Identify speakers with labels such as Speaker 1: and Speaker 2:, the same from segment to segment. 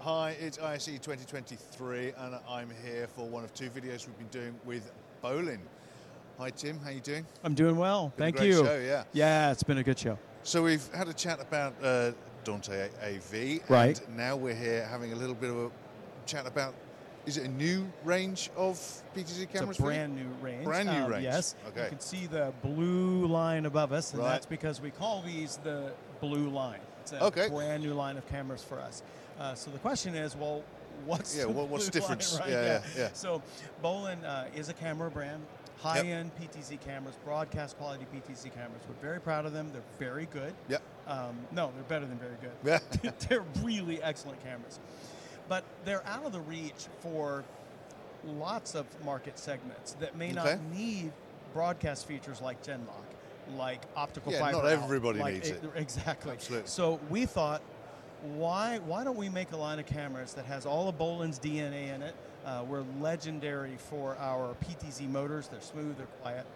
Speaker 1: Hi, it's ISE 2023 and I'm here for one of two videos we've been doing with Bolin. Hi Tim, how you doing?
Speaker 2: I'm doing well.
Speaker 1: Been a
Speaker 2: Thank
Speaker 1: great
Speaker 2: you.
Speaker 1: show, yeah.
Speaker 2: Yeah, it's been a good show.
Speaker 1: So we've had a chat about uh, Dante AV
Speaker 2: Right.
Speaker 1: and now we're here having a little bit of a chat about is it a new range of PTZ cameras?
Speaker 2: it's a
Speaker 1: for you?
Speaker 2: brand new range.
Speaker 1: Brand new
Speaker 2: Uh,
Speaker 1: range.
Speaker 2: Yes.
Speaker 1: Okay.
Speaker 2: You can see the blue line above us, and
Speaker 1: Right.
Speaker 2: that's because we call these the blue line. It's a
Speaker 1: Okay.
Speaker 2: brand new line of cameras for us. Uh, so the question is, well, what's
Speaker 1: Yeah,
Speaker 2: the
Speaker 1: what- what's
Speaker 2: blue line,
Speaker 1: difference?
Speaker 2: right?
Speaker 1: Yeah, yeah, yeah.
Speaker 2: So Bolin uh, is a camera brand. High-end PTZ cameras, broadcast quality PTZ cameras. We're very proud of them. They're very good.
Speaker 1: Yep.
Speaker 2: Um, no, they're better than very good.
Speaker 1: Yeah.
Speaker 2: they're really excellent cameras. But they're out of the reach for lots of market segments that may
Speaker 1: Okay.
Speaker 2: not need broadcast features like Genlock, like optical
Speaker 1: Yeah,
Speaker 2: fiber.
Speaker 1: not
Speaker 2: out,
Speaker 1: everybody
Speaker 2: like
Speaker 1: needs it.
Speaker 2: Exactly.
Speaker 1: Absolutely.
Speaker 2: So we thought, why why don't we make a line of cameras that has all of Bolin's DNA in it? Uh, we're legendary for our PTZ motors. They're smooth. They're quiet.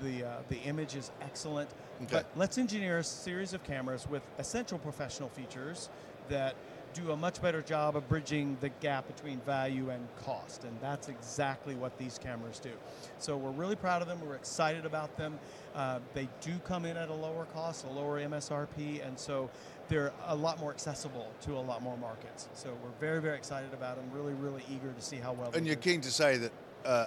Speaker 2: The uh, the image is excellent.
Speaker 1: Okay.
Speaker 2: But let's engineer a series of cameras with essential professional features that do a much better job of bridging the gap between value and cost. And that's exactly what these cameras do. So we're really proud of them. We're excited about them. Uh, they do come in at a lower cost, a lower MSRP, and so they're a lot more accessible to a lot more markets. So we're very, very excited about them. Really, really eager to see how well.
Speaker 1: And
Speaker 2: they
Speaker 1: you're
Speaker 2: do.
Speaker 1: keen to say that uh,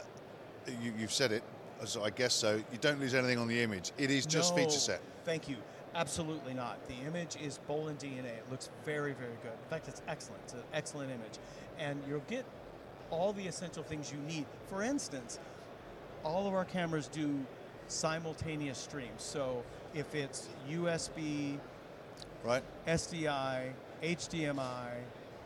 Speaker 1: you, you've said it, so I guess so. You don't lose anything on the image. It is just
Speaker 2: No,
Speaker 1: feature set.
Speaker 2: Thank you. Absolutely not. The image is Bolin DNA. It looks very, very good. In fact, it's excellent. It's an excellent image. And you'll get all the essential things you need. For instance, all of our cameras do simultaneous streams. So if it's USB,
Speaker 1: Right?
Speaker 2: SDI, HDMI,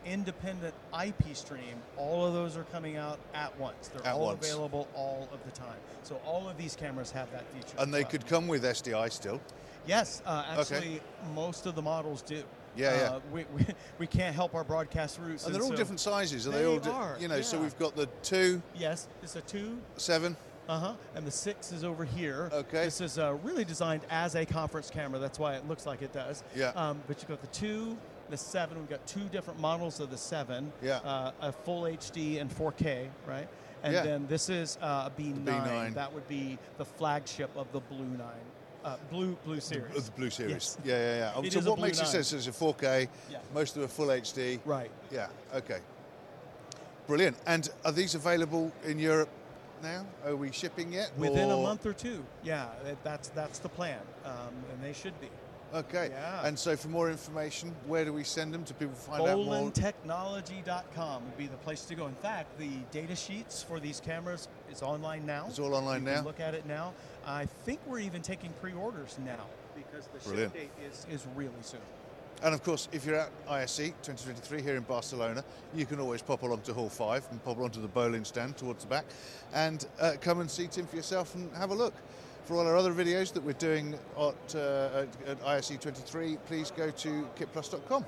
Speaker 2: independent IP stream, all of those are coming out at once. They're
Speaker 1: At
Speaker 2: all
Speaker 1: once.
Speaker 2: available all of the time. So all of these cameras have that feature. as
Speaker 1: And they
Speaker 2: well.
Speaker 1: could come with SDI still.
Speaker 2: Yes, uh,
Speaker 1: Okay.
Speaker 2: actually, most of the models do.
Speaker 1: Yeah, yeah.
Speaker 2: Uh, we, we, we can't help our broadcast uh, routes.
Speaker 1: And they're all
Speaker 2: so-
Speaker 1: different sizes. Are they,
Speaker 2: They
Speaker 1: all? Di-
Speaker 2: are,
Speaker 1: you know, so
Speaker 2: yeah.
Speaker 1: we've got the two,
Speaker 2: Yes, it's a two,
Speaker 1: seven.
Speaker 2: uh huh, and the six is over here.
Speaker 1: Okay.
Speaker 2: This is uh, really designed as a conference camera. That's why it looks like it does.
Speaker 1: Yeah.
Speaker 2: Um, but you've got the two, the seven. We've got two different models of the seven.
Speaker 1: Yeah.
Speaker 2: Uh, a full HD and 4K, right? And
Speaker 1: Yeah.
Speaker 2: then this is uh, a B9.
Speaker 1: B9.
Speaker 2: That would be the flagship of the Blue Nine, uh, Blue Blue series.
Speaker 1: Of the Blue Series.
Speaker 2: Yes.
Speaker 1: Yeah, yeah, yeah.
Speaker 2: It
Speaker 1: so
Speaker 2: is a
Speaker 1: what
Speaker 2: Blue
Speaker 1: makes it
Speaker 2: Nine.
Speaker 1: sense is a 4K,
Speaker 2: Yeah.
Speaker 1: most of them are full HD.
Speaker 2: Right.
Speaker 1: Yeah, okay. Brilliant. And are these available in Europe now? Are we shipping yet?
Speaker 2: Within a
Speaker 1: Or-
Speaker 2: month or two, yeah, that- that's that's the plan, um, and they should be.
Speaker 1: Okay.
Speaker 2: Yeah.
Speaker 1: And so for more information, where do we send them? Do people find out more?
Speaker 2: BolandTechnology.com would be the place to go. In fact, the data sheets for these cameras is online now.
Speaker 1: It's all online
Speaker 2: you
Speaker 1: now?
Speaker 2: Can look at it now. I think we're even taking pre-orders now because the
Speaker 1: Brilliant.
Speaker 2: ship date is, is really soon.
Speaker 1: And of course, if you're at ISE 2023 here in Barcelona, you can always pop along to Hall 5 and pop along to the bowling stand towards the back and uh, come and see Tim for yourself and have a look. For all our other E videos that we're doing at, uh, at, at ISE 23, please go to kitplus.com.